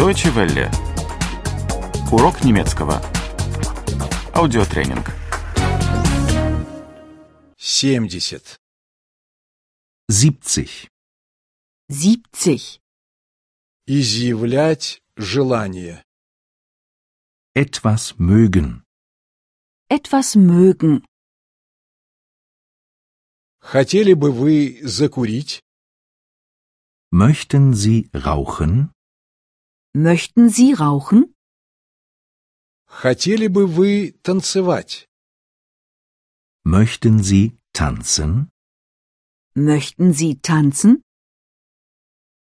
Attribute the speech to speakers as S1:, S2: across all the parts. S1: Deutsche Welle. Урок немецкого. Аудиотренинг.
S2: 70.
S3: 70.
S4: 70.
S2: Изъявлять желание.
S3: Etwas mögen.
S4: Etwas mögen.
S2: Хотели бы вы закурить?
S3: Möchten Sie rauchen?
S4: Möchten Sie rauchen?
S2: Хотели бы вы танцевать?
S3: Möchten Sie tanzen?
S4: Möchten Sie tanzen?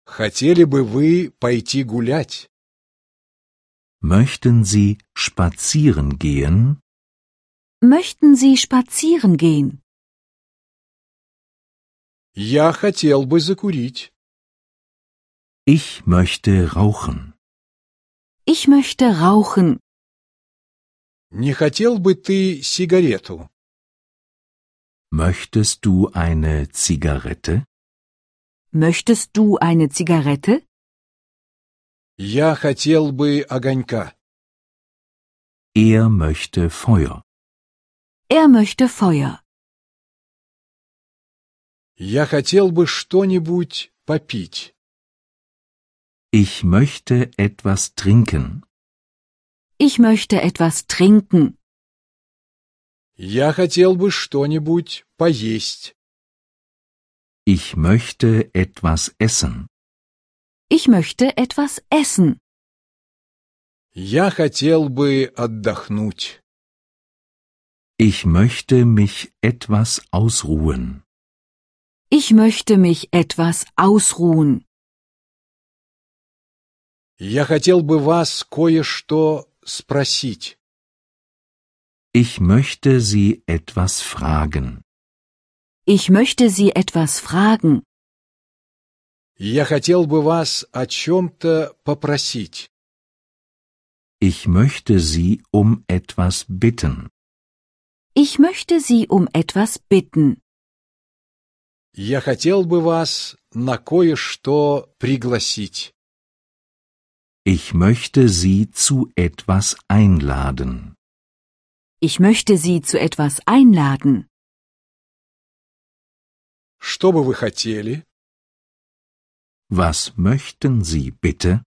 S2: Хотели бы вы пойти гулять?
S3: Möchten Sie spazieren gehen?
S4: Möchten Sie spazieren gehen?
S2: Я хотел бы закурить.
S3: Ich möchte rauchen.
S4: Ich möchte rauchen.
S2: Не хотел бы ты сигарету?
S3: Möchtest du eine Zigarette?
S4: Möchtest du eine Zigarette?
S2: Я хотел бы огонька.
S3: Er möchte Feuer.
S4: Er möchte Feuer.
S2: Я хотел бы что-нибудь попить.
S3: Ich möchte etwas trinken.
S4: Ich möchte etwas trinken.
S2: Я хотел бы что-нибудь поесть.
S3: Ich möchte etwas essen.
S4: Ich möchte etwas essen.
S2: Я хотел бы отдохнуть.
S3: Ich möchte mich etwas ausruhen.
S4: Ich möchte mich etwas ausruhen.
S2: Я хотел бы вас кое-что спросить.
S3: Ich möchte Sie etwas fragen.
S4: Ich möchte Sie etwas fragen.
S2: Я хотел бы вас о чем-то попросить.
S3: Ich möchte Sie um etwas bitten.
S4: Ich möchte Sie um etwas bitten.
S2: Я хотел бы вас на кое-что пригласить.
S3: Ich möchte Sie zu etwas einladen.
S4: Ich möchte Sie zu etwas einladen.
S2: Что бы вы хотели?
S3: Was möchten Sie bitte?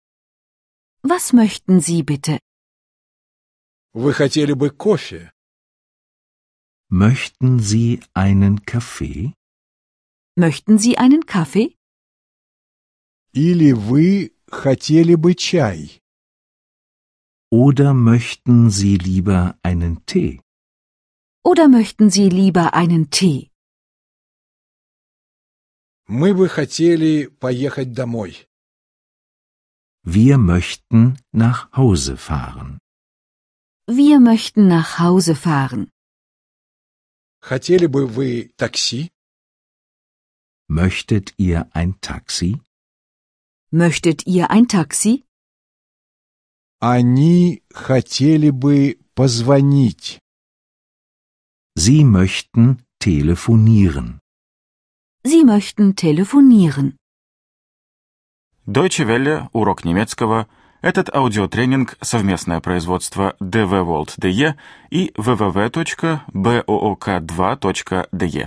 S4: Was möchten Sie bitte?
S2: Вы хотели бы кофе?
S3: Möchten Sie einen Kaffee?
S4: Möchten Sie einen Kaffee?
S2: Или вы хотели бы чай?
S3: Oder möchten Sie lieber einen Tee?
S4: Oder möchten Sie lieber einen Tee?
S2: Мы бы хотели поехать домой.
S3: Wir möchten nach Hause fahren.
S4: Wir möchten nach Hause fahren.
S2: Хотели бы вы такси?
S3: Möchtet ihr ein Taxi?
S4: Möchtet ihr ein Taxi?
S2: Они хотели бы позвонить.
S3: Sie möchten telefonieren.
S4: Sie möchten telefonieren.
S1: Deutsche Welle. Урок немецкого. Этот аудиотренинг – совместное производство DW World DE и www.book2.de.